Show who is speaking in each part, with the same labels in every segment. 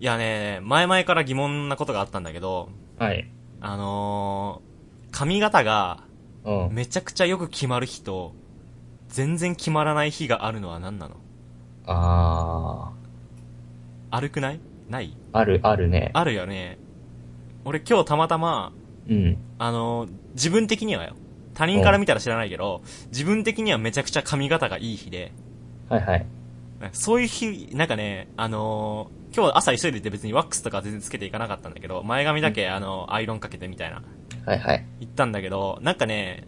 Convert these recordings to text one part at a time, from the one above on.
Speaker 1: いやね、前々から疑問なことがあったんだけど、
Speaker 2: はい。
Speaker 1: あのー、髪型が
Speaker 2: うん。
Speaker 1: めちゃくちゃよく決まる日と、全然決まらない日があるのは何なの
Speaker 2: あ
Speaker 1: あるくないない
Speaker 2: ー。ある、あるね。
Speaker 1: あるよね。俺今日たまたま、
Speaker 2: うん。
Speaker 1: あのー、自分的にはよ。他人から見たら知らないけど、自分的にはめちゃくちゃ髪型がいい日で、
Speaker 2: はいはい。
Speaker 1: そういう日、なんかね、あのー今日朝急いでて別にワックスとか全然つけていかなかったんだけど、前髪だけ、あのアイロンかけてみたいな、
Speaker 2: はいはい。
Speaker 1: 言ったんだけど、なんかね、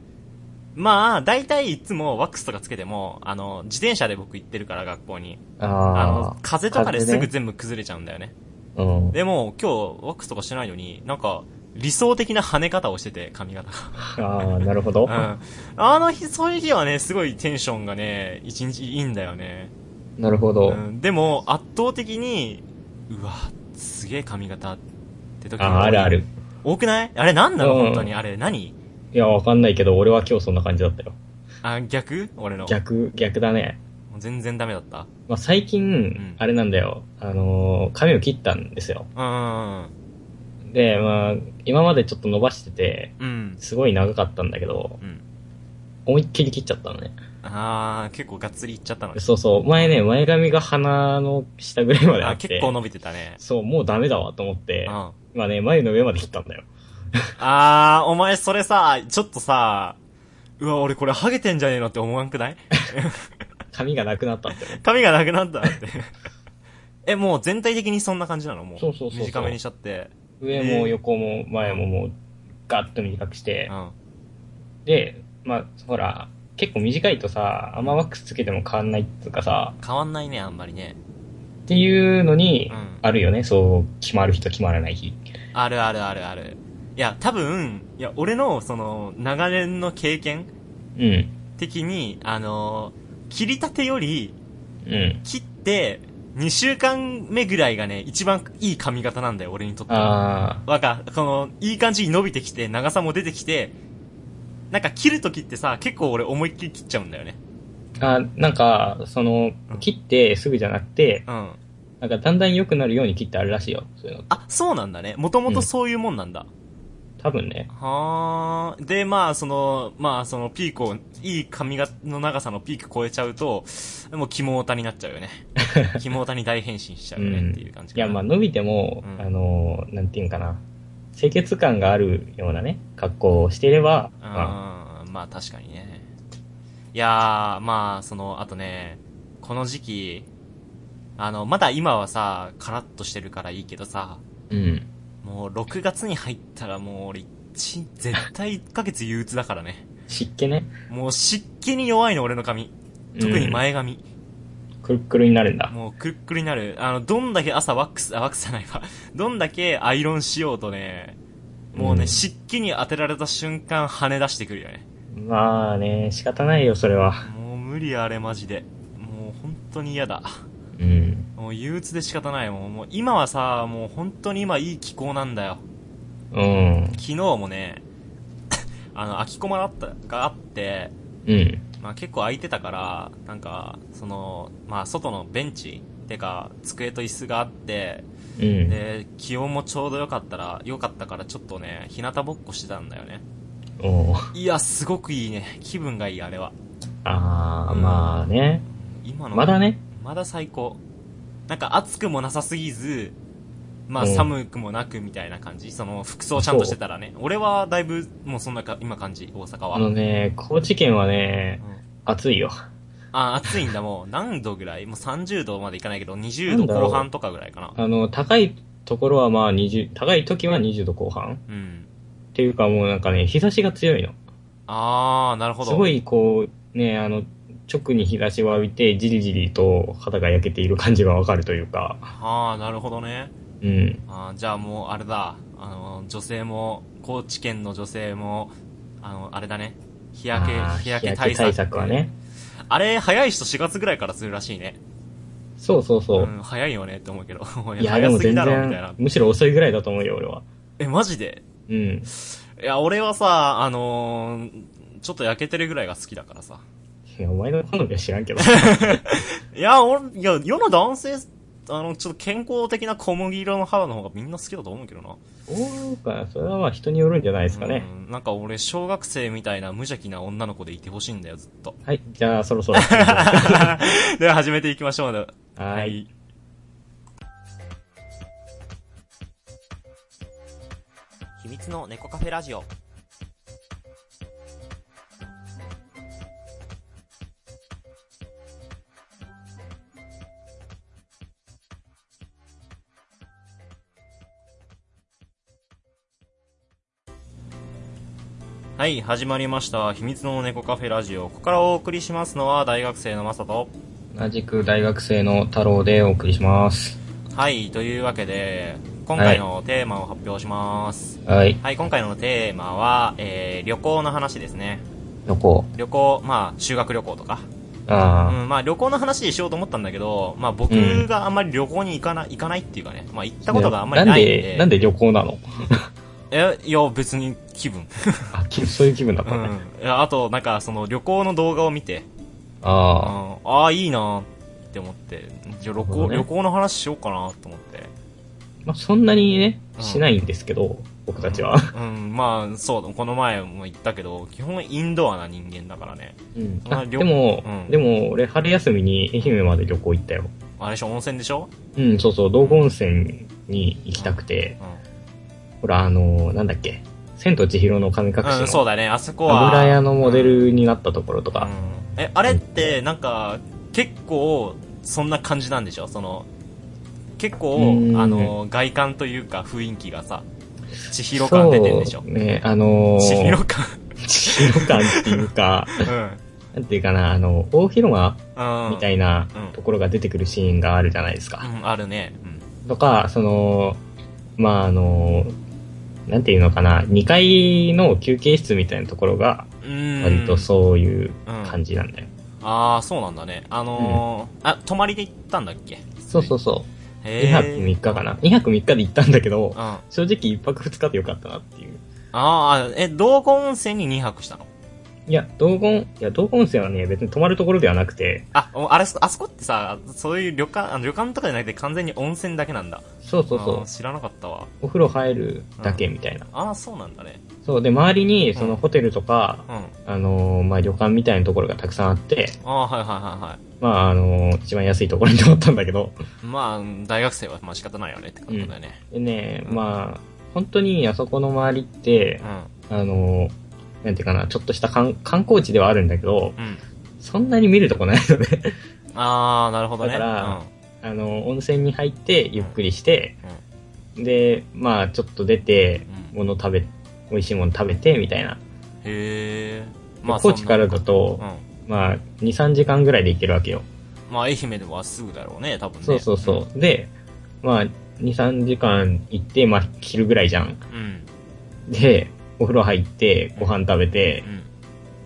Speaker 1: まあ、大体いつもワックスとかつけても、あの、自転車で僕行ってるから学校に。
Speaker 2: あ
Speaker 1: あ
Speaker 2: あ
Speaker 1: の、風とかですぐ
Speaker 2: 風ね
Speaker 1: 全部崩れちゃうんだよね。
Speaker 2: うん。
Speaker 1: でも、今日ワックスとかしてないのに、なんか、理想的な跳ね方をしてて、髪型
Speaker 2: ああ、なるほど。
Speaker 1: が。うん。あの日、そういう日はね、すごいテンションがね、一日いいんだよね。
Speaker 2: なるほど。
Speaker 1: うん、でも、圧倒的に、うわ、すげえ髪型って時
Speaker 2: ああ、あるあ。る。
Speaker 1: 多くないあれなんなの、
Speaker 2: うん
Speaker 1: 本当に。あれ何
Speaker 2: いや、わかんないけど、俺は今日そんな感じだったよ。
Speaker 1: あ、逆俺の。
Speaker 2: 逆、逆だね。
Speaker 1: 全然ダメだった。
Speaker 2: まあ、最近、
Speaker 1: ん
Speaker 2: あれなんだよ。あのー髪を切ったんですよ。
Speaker 1: うん。
Speaker 2: で、まあ、今までちょっと伸ばしてて、
Speaker 1: うん。
Speaker 2: すごい長かったんだけど、
Speaker 1: うん。
Speaker 2: 思いっきり切っちゃったのね。
Speaker 1: あー、結構がっつりいっちゃったのね
Speaker 2: そうそう、前ね、前髪が鼻の下ぐらいまであ
Speaker 1: あ、
Speaker 2: って。
Speaker 1: 結構伸びてたね。
Speaker 2: そう、もうダメだわと思っ
Speaker 1: う
Speaker 2: て
Speaker 1: ん。、あ
Speaker 2: まあね、眉の上まで切ったんだよ。
Speaker 1: ー、お前それさ、ちょっとさ、うわ、俺これハゲてんじゃねえのって思わんくない
Speaker 2: 髪がなくなったって思って。
Speaker 1: 髪がなくなったって。 え、もう全体的にそんな感じなのもう。
Speaker 2: そうそうそうそう
Speaker 1: 短めにしちゃって。
Speaker 2: 上も横も前ももう、ガッと短くして
Speaker 1: う、ん。
Speaker 2: で、まあ、ほら、結構短いとさ、あんまワックスつけても変わんないっていうかさ、
Speaker 1: 変わんないね、あんまりね。
Speaker 2: っていうのに、
Speaker 1: うん
Speaker 2: あるよね、そう、決まる日と決まらない日。
Speaker 1: あるあるあるある。いや、多分、いや、俺の、その、長年の経験
Speaker 2: うん、
Speaker 1: 的に、あの切りたてより、
Speaker 2: うん。
Speaker 1: 切って、2週間目ぐらいがね、一番いい髪型なんだよ、俺にとっては。
Speaker 2: あ
Speaker 1: わか、この、いい感じに伸びてきて、長さも出てきて、なんか切るときってさ、結構俺思いっきり切っちゃうんだよね。
Speaker 2: ーあ、なんか、その
Speaker 1: うん、
Speaker 2: 切ってすぐじゃなくて、
Speaker 1: うん。
Speaker 2: なんかだんだん良くなるように切ってあるらしいよ、そういうの。
Speaker 1: あ、そうなんだね。もともとそういうもんなんだ。
Speaker 2: 多分ね。
Speaker 1: はー。で、まあ、その、まあ、そのピークを、いい髪がの長さのピーク超えちゃうと、もう肝オタになっちゃうよ ね。肝オタに大変身しちゃうよねっていう感じ
Speaker 2: い
Speaker 1: かな
Speaker 2: や、まあ伸びても、
Speaker 1: うん
Speaker 2: あのー、なんていうんかな。清潔感があるようなね、格好をしていれば、まあ
Speaker 1: うん、まあ確かにね。いやー、まあ、その、あとね、この時期、あの、まだ今はさ、カラッとしてるからいいけどさ、
Speaker 2: うん。
Speaker 1: もう6月に入ったらもう俺、一絶対1ヶ月憂鬱だからね。
Speaker 2: 湿気ね。
Speaker 1: もう湿気に弱いの俺の髪。特に前髪。
Speaker 2: くるっくるになるんだ。
Speaker 1: もうくるっくるになる。あの、どんだけ朝ワックス、あ、ワックスじゃないわ。どんだけアイロンしようとね、もうね、
Speaker 2: うん
Speaker 1: 湿気に当てられた瞬間跳ね出してくるよね。
Speaker 2: まあね、仕方ないよ、それは。
Speaker 1: もう無理あれマジで。もう本当に嫌だ。
Speaker 2: うん。
Speaker 1: もう憂鬱で仕方ない。もうもう今はさ、もう本当に今いい気候なんだよ。
Speaker 2: うん。
Speaker 1: 昨日もね、 あの、秋駒だった、があって、
Speaker 2: うん。
Speaker 1: まあ結構空いてたから、なんか、その、まあ外のベンチ、てか、机と椅子があって、
Speaker 2: うん。
Speaker 1: で、気温もちょうど良かったら、良かったからちょっとね、日向ぼっこしてたんだよね。
Speaker 2: おー
Speaker 1: いや、すごくいいね。気分がいい、あれは。
Speaker 2: ああ、まあね。
Speaker 1: 今の。
Speaker 2: まだね。
Speaker 1: まだ最高。なんか暑くもなさすぎず、まあ
Speaker 2: うん
Speaker 1: 寒くもなくみたいな感じ。その服装ちゃんとしてたらね。俺はだいぶもうそんなか今感じ、大阪は。
Speaker 2: あ
Speaker 1: う
Speaker 2: の
Speaker 1: ん
Speaker 2: ね、高知県はね、暑いよ。
Speaker 1: あ、暑いんだもう。何度ぐらいもう30度までいかないけど、
Speaker 2: な
Speaker 1: 20
Speaker 2: んだ
Speaker 1: 度
Speaker 2: ろう
Speaker 1: 後半とかぐらいかな。
Speaker 2: あの、高いところはまあ20、高い時は20度後半
Speaker 1: うん。
Speaker 2: っていうかもうなんかね、日差しが強いの。
Speaker 1: あー、なるほど。
Speaker 2: すごいこう、ね、あの、直に日差しを浴びて、じりじりと肌が焼けている感じがわかるというか、
Speaker 1: あー、なるほどね。
Speaker 2: うん。
Speaker 1: あーじゃあもうあれだ。あの、女性も、高知県の女性も、あの、あれだね。日焼け、
Speaker 2: あー
Speaker 1: 日焼け
Speaker 2: 日
Speaker 1: 対策。
Speaker 2: は。ね。
Speaker 1: あれ、早い人4月ぐらいからするらしいね。
Speaker 2: そうそうそうう。
Speaker 1: ん、早いよねって思うけど。
Speaker 2: いや、で
Speaker 1: 早
Speaker 2: も
Speaker 1: すぎ
Speaker 2: 全
Speaker 1: だろ、みたいな
Speaker 2: 然、。むしろ遅いぐらいだと思うよ、俺は。
Speaker 1: え、マジで
Speaker 2: うん。
Speaker 1: いや、俺はさ、あのー、ちょっと焼けてるぐらいが好きだからさ。
Speaker 2: いや、お前の好みは知らんけど。
Speaker 1: いや、俺、いや、世の男性あの、ちょっと健康的な小麦色の肌の方がみんな好きだと思うけどな。
Speaker 2: そうか、それはまあ人によるんじゃないですかね。
Speaker 1: うんなんか俺、小学生みたいな無邪気な女の子でいてほしいんだよ、ずっと。
Speaker 2: はい、じゃあそろそろ。
Speaker 1: では始めていきましょうね。
Speaker 2: は。
Speaker 1: はいい。秘密の猫カフェラジオ。はい、始まりました。秘密の猫カフェラジオ。ここからお送りしますのは大学生のマサと。
Speaker 2: 同じく大学生の太郎でお送りします。
Speaker 1: はい、というわけで、今回のテーマを発表します。
Speaker 2: はい、
Speaker 1: はい、今回のテーマは、えー、旅行の話ですね。
Speaker 2: 旅行。
Speaker 1: 旅行、まあ、修学旅行とか。う
Speaker 2: あ
Speaker 1: ん、まあ、旅行の話しようと思ったんだけど、まあ、僕
Speaker 2: うん
Speaker 1: があんまり旅行に行かない、行かないっていうかね、まあ、行っ
Speaker 2: あ。
Speaker 1: たことがあんまりないんで。
Speaker 2: なんで、なんで旅行なの
Speaker 1: え、いや、別に気分。
Speaker 2: あ、きそういう気分だっ
Speaker 1: う
Speaker 2: たね。
Speaker 1: ん。いやあと、なんか、その、旅行の動画を見て、うん、
Speaker 2: あ
Speaker 1: ああ、いいなって思って、じゃあ旅
Speaker 2: なるほど
Speaker 1: 行、
Speaker 2: ね
Speaker 1: 旅行の話しようかなと思って。
Speaker 2: あ。まあそんなにね、
Speaker 1: うん
Speaker 2: しないんですけど、僕たちは。
Speaker 1: うん、まあ、そう、この前も言ったけど、基本インドアな人間だからね。
Speaker 2: うん
Speaker 1: まあ
Speaker 2: あで
Speaker 1: 旅
Speaker 2: も、
Speaker 1: うん
Speaker 2: でも俺春休みに愛媛まで旅行行ったよ。
Speaker 1: あれでしょ、温泉でしょ
Speaker 2: うん、そうそう、道後温泉に行きたくて、
Speaker 1: う
Speaker 2: ほら、あのーなんだっけ、千と千尋の神隠し
Speaker 1: ん。うん、そ
Speaker 2: の
Speaker 1: うだね、あそこは。
Speaker 2: 油屋のモデルになったところと
Speaker 1: う
Speaker 2: か、
Speaker 1: ん。え、あれって、なんか、結構、そんな感じなんでしょその、結構
Speaker 2: う、ん
Speaker 1: あの、外観というか雰囲気がさ、千尋感出てんでしょ
Speaker 2: そうね、あのー
Speaker 1: 千尋 感。
Speaker 2: 千尋感っていう か、なんていうかな、あの、大広間
Speaker 1: うん。うん。
Speaker 2: みたいな
Speaker 1: うん
Speaker 2: ところが出てくるシーンがあるじゃないですか。
Speaker 1: うん、あるね。うん。
Speaker 2: とか、その、まあ、あのーなんていうのかな、2階の休憩室みたいなところが、
Speaker 1: うん。
Speaker 2: 割とそういう
Speaker 1: うん
Speaker 2: 感じなんだよ。
Speaker 1: ああ、そうなんだね。あのー、あ、泊まりで行ったんだっけ。
Speaker 2: そうそううそう。
Speaker 1: へ
Speaker 2: 2
Speaker 1: え。
Speaker 2: 泊3日かな。2泊3日で行ったんだけど
Speaker 1: うん。、あ
Speaker 2: 正直1泊2日でよかったなっていう。
Speaker 1: あー、え、道後温泉に2泊したの
Speaker 2: いや、道後、いや、道後温泉はね、別に泊まるところではなくて、
Speaker 1: あ、おあれ、あそこってさ、そういう旅館、あの旅館とかじゃなくて完全に温泉だけなんだ。
Speaker 2: そうそうそ
Speaker 1: あー
Speaker 2: う、
Speaker 1: 知らなかったわ。
Speaker 2: お風呂入るだけみたいな。
Speaker 1: ああ、そうなんだね。
Speaker 2: そう、で、周りに、
Speaker 1: ん
Speaker 2: そのホテルとか、
Speaker 1: うん。あ
Speaker 2: あのーまあ、旅館みたいなところがたくさんあって、
Speaker 1: あー、はいはいはいはい。
Speaker 2: まあ、あのー一番安いところに泊まったんだけど、
Speaker 1: まあ、大学生はまあ仕方ないよねってことだよね。
Speaker 2: でね、まあ、本当にあそこの周りって
Speaker 1: う、ん。
Speaker 2: あのーなんていうかな、ちょっとした観観光地ではあるんだけど、
Speaker 1: うん。
Speaker 2: そんなに見るとこないのね。
Speaker 1: ああ、なるほどね。
Speaker 2: だからあの、温泉に入って、ゆっくりして、で、まあ、ちょっと出て、
Speaker 1: うん。うん、へ
Speaker 2: 物食べ、美味しいもの食べて、みたいな。
Speaker 1: え。
Speaker 2: 高知か
Speaker 1: そん
Speaker 2: らだ
Speaker 1: な
Speaker 2: と、
Speaker 1: うん。
Speaker 2: まあ、2、3時間ぐらいで行けるわけよ。
Speaker 1: まあ、愛媛ではすぐだろうね、多分ね。
Speaker 2: そうそうそう。で、まあ、2、3時間行って、まあ、昼ぐらいじゃん。
Speaker 1: うん。うん。
Speaker 2: で、お風呂入って、ご飯食べて
Speaker 1: う、ん。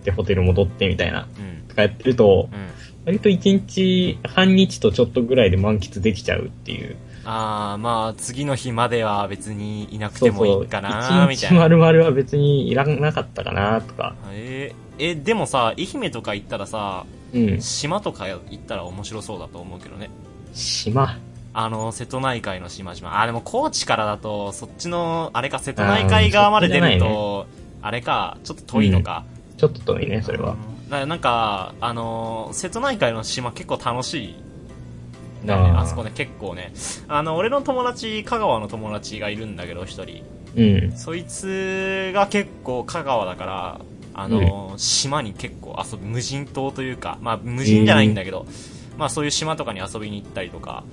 Speaker 2: で、ホテル戻って、みたいな。
Speaker 1: うん。
Speaker 2: とかやってると、
Speaker 1: うん。
Speaker 2: 割と1日、半日とちょっとぐらいで満喫できちゃうっていう。
Speaker 1: ああ、まあ、次の日までは別にいなくてもいいかな
Speaker 2: 1
Speaker 1: みた
Speaker 2: 日
Speaker 1: いな。
Speaker 2: 丸々は別にいらなかったかな、とか。
Speaker 1: えー、え、でもさ、愛媛とか行ったらさ、
Speaker 2: うん。
Speaker 1: 島とか行ったら面白そうだと思うけどね。
Speaker 2: 島。
Speaker 1: あの、瀬戸内海の島々。あ、でも高知からだと、そっちの、あれか、瀬戸内海側まで出る
Speaker 2: あー
Speaker 1: と、あれか、ちょっと遠いのか。
Speaker 2: ちょっと遠いね、それは。
Speaker 1: ななんか、あの、瀬戸内海の島結構楽しい。ね、
Speaker 2: あー
Speaker 1: あそこね、結構ね。あの、俺の友達、香川の友達がいるんだけど、一人。
Speaker 2: うん。
Speaker 1: そいつが結構香川だから、あの、島に結構遊び、無人島というか、まあ無人じゃないんだけど、まあそういう島とかに遊びに行ったりとか、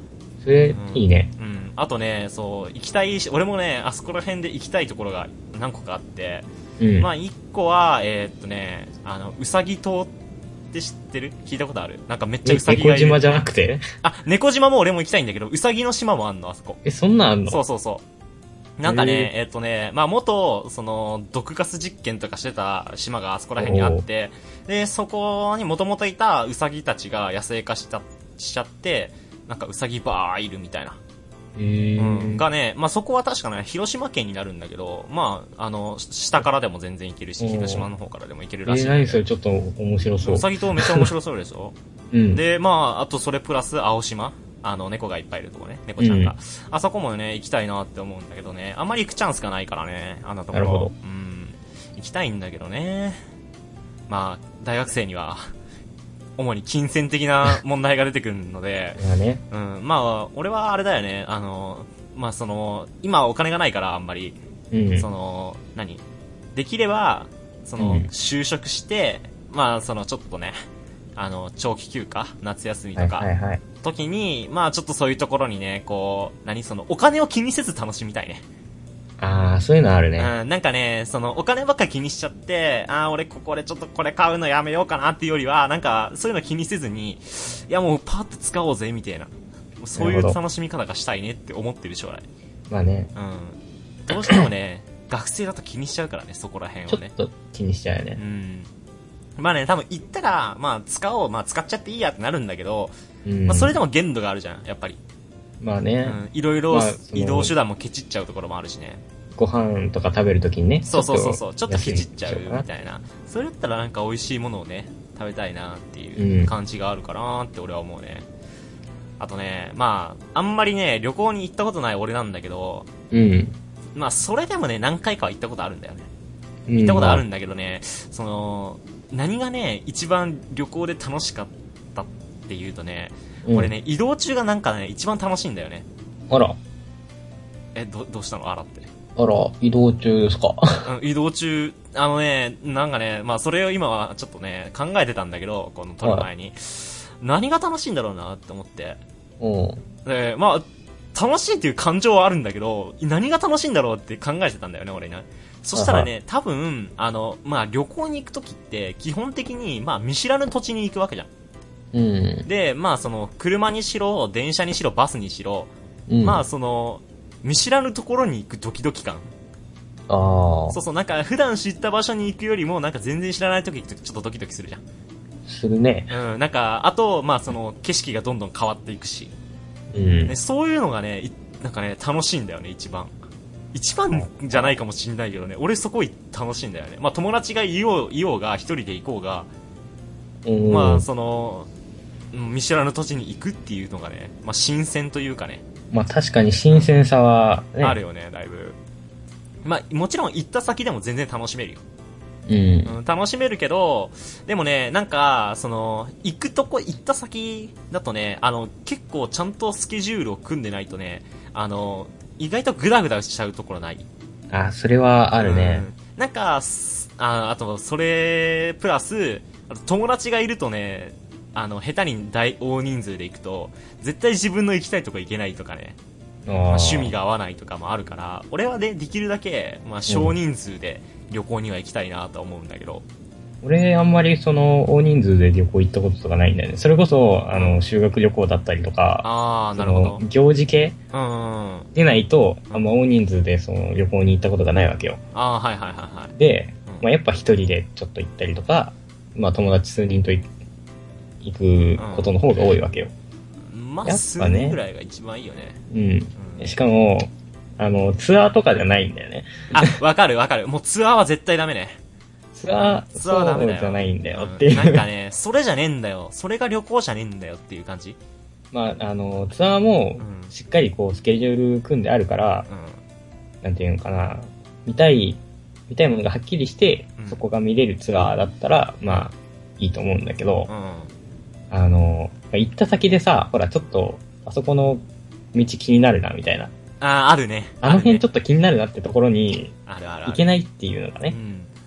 Speaker 2: それ
Speaker 1: う、ん
Speaker 2: いいね。
Speaker 1: うん。あとね、そう、行きたいし、俺もね、あそこら辺で行きたいところが何個かあって、
Speaker 2: うん。
Speaker 1: まあ一個は、えーっとね、あの、うさぎ島って知ってる聞いたことあるなんかめっちゃうさぎが
Speaker 2: 猫
Speaker 1: いる。
Speaker 2: 島じゃなくて
Speaker 1: あ、猫島も俺も行きたいんだけど、うさぎの島もあんの、あそこ。
Speaker 2: え、そんなんあんの
Speaker 1: そうそうそう。なんかね、えっとね、まあ元、その、毒ガス実験とかしてた島があそこら辺にあって、で、そこにもともといたウサギたちが野生化した、しちゃって、なんかウサギバーいるみたいな。
Speaker 2: へー
Speaker 1: うんがね、まあそこは確かね、広島県になるんだけど、まあ、あの、下からでも全然行けるし、
Speaker 2: おー
Speaker 1: 広島の方からでも行け
Speaker 2: え
Speaker 1: るらしい
Speaker 2: ー、
Speaker 1: んだ
Speaker 2: 何
Speaker 1: よ。
Speaker 2: それちょっと面白そう
Speaker 1: ウ。サギ島めっちゃ面白そうでしょ
Speaker 2: うん。
Speaker 1: で、まあ、あとそれプラス青島あの、猫がいっぱいいるとこね。猫ちゃんが。あそこもね、行きたいなって思うんだけどね。あんまり行くチャンスがないからね。あんなところ。
Speaker 2: なるほど
Speaker 1: うん。行きたいんだけどね。まあ、大学生には、主に金銭的な問題が出てくるので、
Speaker 2: いやね。
Speaker 1: うん。まあ、俺はあれだよね。あの、まあその、今はお金がないから、あんまり。
Speaker 2: うん。
Speaker 1: その、何できれば、その、
Speaker 2: うん
Speaker 1: 就職して、まあ、その、ちょっとね、あの、長期休暇夏休みと
Speaker 2: は
Speaker 1: か、
Speaker 2: いはいはい。
Speaker 1: 時に、まあ、ちょっとそういうところにね、こう、何その、お金を気にせず楽しみたいね。
Speaker 2: ああ、そういうのあるね。
Speaker 1: うん、なんかね、その、お金ばっか気にしちゃって、ああ、俺ここでちょっとこれ買うのやめようかなっていうよりは、なんか、そういうの気にせずに、いやもうパーッと使おうぜ、みたいな。そうい
Speaker 2: な
Speaker 1: う
Speaker 2: るほど
Speaker 1: 楽しみ方がしたいねって思ってる将来。
Speaker 2: まあね、
Speaker 1: うん。どうしてもね、学生だと気にしちゃうからね、そこら辺
Speaker 2: ち
Speaker 1: を
Speaker 2: ょっ
Speaker 1: ね。
Speaker 2: と気にしちゃうよね
Speaker 1: う。ん。まあね、多分行ったら、まあ使おう、まあ使っちゃっていいやってなるんだけど、
Speaker 2: うん。
Speaker 1: まあそれでも限度があるじゃん、やっぱり。
Speaker 2: まあ
Speaker 1: う
Speaker 2: ね、
Speaker 1: ん。いろいろ
Speaker 2: まあその
Speaker 1: 移動手段もケチっちゃうところもあるしね。
Speaker 2: ご飯とか食べるときにね。
Speaker 1: そうそうそうそう、ちょっと
Speaker 2: 休
Speaker 1: ケ
Speaker 2: み
Speaker 1: チっちゃう
Speaker 2: しよか
Speaker 1: み
Speaker 2: な
Speaker 1: たいな。それだったらなんか美味しいものをね、食べたいなって
Speaker 2: う
Speaker 1: いうん感じがあるかなって俺は思うね。あとね、まあ、あんまりね、旅行に行ったことない俺なんだけど、
Speaker 2: うん。
Speaker 1: まあそれでもね、何回かは行ったことあるんだよね。
Speaker 2: 行
Speaker 1: 行ったことあるんだけどね、その、何がね、一番旅行で楽しかったっていうとね、俺。ね、移動中がなんかね、一番楽しいんだよね。
Speaker 2: あら、
Speaker 1: え、ど、どうしたのあらって。
Speaker 2: あら、移動中ですか。
Speaker 1: うん移動中、あのね、なんかね、まあそれを今はちょっとね、考えてたんだけど、この撮る前に。何が楽しいんだろうなって思って。
Speaker 2: うん。
Speaker 1: で、まあ、楽しいっていう感情はあるんだけど、何が楽しいんだろうって考えてたんだよね、俺ね。そしたらね、多分、あの、まあ旅行に行くときって、基本的に、まあ見知らぬ土地に行くわけじゃん。
Speaker 2: うん。
Speaker 1: で、まあその、車にしろ、電車にしろ、バスにしろ、
Speaker 2: うん、
Speaker 1: まあ
Speaker 2: あ
Speaker 1: その、見知らぬところに行くドキドキ感。
Speaker 2: あ
Speaker 1: そ
Speaker 2: ー、
Speaker 1: うそう、なんか普段知った場所に行くよりも、なんか全然知らない時行くとちょっとドキドキするじ
Speaker 2: するね。
Speaker 1: ゃん。うん、なんか、あと、まあその、景色がどんどん変わっていくし。
Speaker 2: うん
Speaker 1: ね、。そういうのがね、いなんかね、楽しいんだよね、一番。一番じゃないかもしんないけどね、俺そこい楽しいんだよね。まあ友達がいよう、いようが、一人で行こうが、
Speaker 2: うん
Speaker 1: まあその、うん見知らぬ土地に行くっていうのがね、まあ新鮮というかね、
Speaker 2: まあ確かに新鮮さは、ね、
Speaker 1: あるよね、だいぶ。まあ、もちろん行った先でも全然楽しめるよ。
Speaker 2: うん。
Speaker 1: うん、楽しめるけど、でもね、なんか、その、行くとこ、行った先だとね、あの、結構ちゃんとスケジュールを組んでないとね、あの、意外とグダグダしちゃうところない。
Speaker 2: あ、それはあるね。
Speaker 1: うん。なんか、すああと、それ、プラス、あと友達がいるとね、あの、下手に大、大人数で行くと、絶対自分の行きたいとこ行けないとかね、まあ趣味が
Speaker 2: が。
Speaker 1: 合わないとかもあるから、俺はね、できるだけ、まあ、少人数で旅行には行きたいなと思うんだけど、
Speaker 2: 俺、あんまりその、大人数で旅行行ったこととかないんだよね。それこそ、あの、修学旅行だったりとか、
Speaker 1: あー、
Speaker 2: そ
Speaker 1: なるほど
Speaker 2: の。行事系
Speaker 1: うんうんうん。
Speaker 2: でないと、あんま大人数でその旅行に行ったことがないわけよ。
Speaker 1: ああ、はいはいはいはい。
Speaker 2: で、
Speaker 1: うん
Speaker 2: まあ、やっぱ一人でちょっと行ったりとか、まあ友達数人とい行くことの方が多いわけよ。
Speaker 1: まあ、
Speaker 2: やっ
Speaker 1: 数
Speaker 2: ぱね
Speaker 1: 人ぐらいが一番いいよね。
Speaker 2: うん。
Speaker 1: うん
Speaker 2: しかも、あの、ツアーとかじゃないんだよね。
Speaker 1: あ、わかるわかる。もうツアーは絶対ダメね。
Speaker 2: ツアー、
Speaker 1: ツアーはダメだよ
Speaker 2: そうじゃないんだよって
Speaker 1: う
Speaker 2: い
Speaker 1: ん
Speaker 2: う。
Speaker 1: なんかね、それじゃねえんだよ。それが旅行じゃねえんだよっていう感じ。
Speaker 2: まあ、あの、ツアーも
Speaker 1: う、ん。
Speaker 2: しっかりこう、スケジュール組んであるから、なんていうのかな、見たい、見たいものがはっきりして
Speaker 1: うん、
Speaker 2: そこが見れるツアーだったら、まあ、いいと思うんだけど
Speaker 1: う、ん。うん。
Speaker 2: あの、行った先でさ、ほら、ちょっと、あそこの道気になるな、みたいな。
Speaker 1: あー、あるね。
Speaker 2: あの辺
Speaker 1: るね
Speaker 2: ちょっと気になるなってところに
Speaker 1: あるあるあ
Speaker 2: 行
Speaker 1: る。
Speaker 2: けないっていうのが
Speaker 1: う
Speaker 2: ね。
Speaker 1: ん。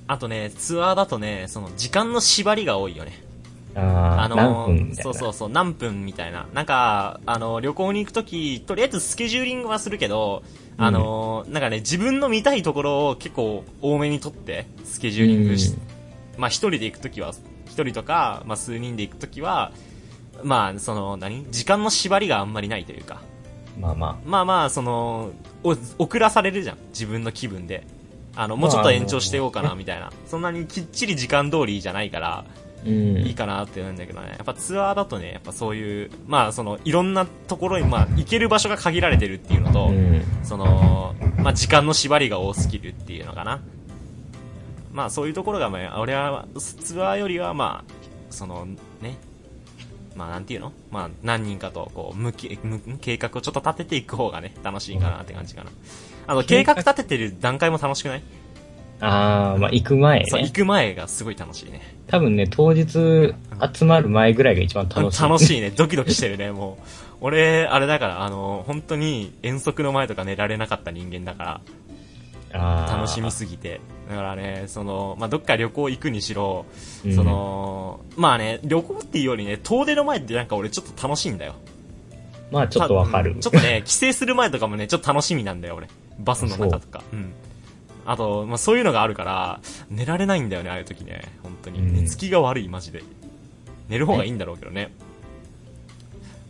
Speaker 1: あとね、ツアーだとね、その、時間の縛りが多いよね。
Speaker 2: あ
Speaker 1: あ
Speaker 2: あ、何
Speaker 1: の
Speaker 2: 分みたいな。
Speaker 1: そうそうそう、何分みたいな。なんか、あの、旅行に行くとき、とりあえずスケジューリングはするけど、あの、なんかね、自分の見たいところを結構多めに取って、スケジューリングし、まあ一人で行くときは、一人とか、まあ数人で行くときは、まあ、その、何時間の縛りがあんまりないというか。
Speaker 2: うんまあま
Speaker 1: まあまあ、その、お、遅らされるじゃん。自分の気分で。あの、もうちょっと延長してようかな、みたいな。そんなにきっちり時間通りじゃないから、
Speaker 2: あ。うん。
Speaker 1: いいかなって思うんだけどね。やっぱツアーだとね、やっぱそういう、まあその、いろんなところに、まあ行ける場所が限られてるっていうのと
Speaker 2: う、ん。
Speaker 1: その、まあ時間の縛りが多すぎるっていうのかな。まあそういうところが、まあ俺は、ツアーよりはまあ、そのね、まあなんていうのまあ何人かとこう、向き、む計画をちょっと立てていく方がね、楽しいかなって感じかな。あの、計
Speaker 2: 計
Speaker 1: 画
Speaker 2: 画
Speaker 1: 立ててる段階も楽しくない
Speaker 2: あー、まあ、行く前、
Speaker 1: そう、行
Speaker 2: ね。
Speaker 1: く前がすごい楽しいね。
Speaker 2: 多分ね、当日集まる前ぐらいが一番楽しい。
Speaker 1: 楽しいね。ドキドキしてるね、もう。俺、あれだから、あの、本当に遠足の前とか寝られなかった人間だから、
Speaker 2: あー
Speaker 1: 楽しみすぎて。だからね、その、まあ、どっか旅行行くにしろ、
Speaker 2: うん
Speaker 1: その、まあね、旅行っていうよりね、遠出の前ってなんか俺ちょっと楽しいんだよ。
Speaker 2: まあ、ちょっとわかる
Speaker 1: たうん。ちょっとね、帰省する前とかもね、ちょっと楽しみなんだよ、俺。バスの中とか。うん。あと、まあ、そういうのがあるから、寝られないんだよね、ああいう時ね。本当に。
Speaker 2: うん
Speaker 1: 寝つきが悪い、マジで。寝る方がいいんだろうけどね。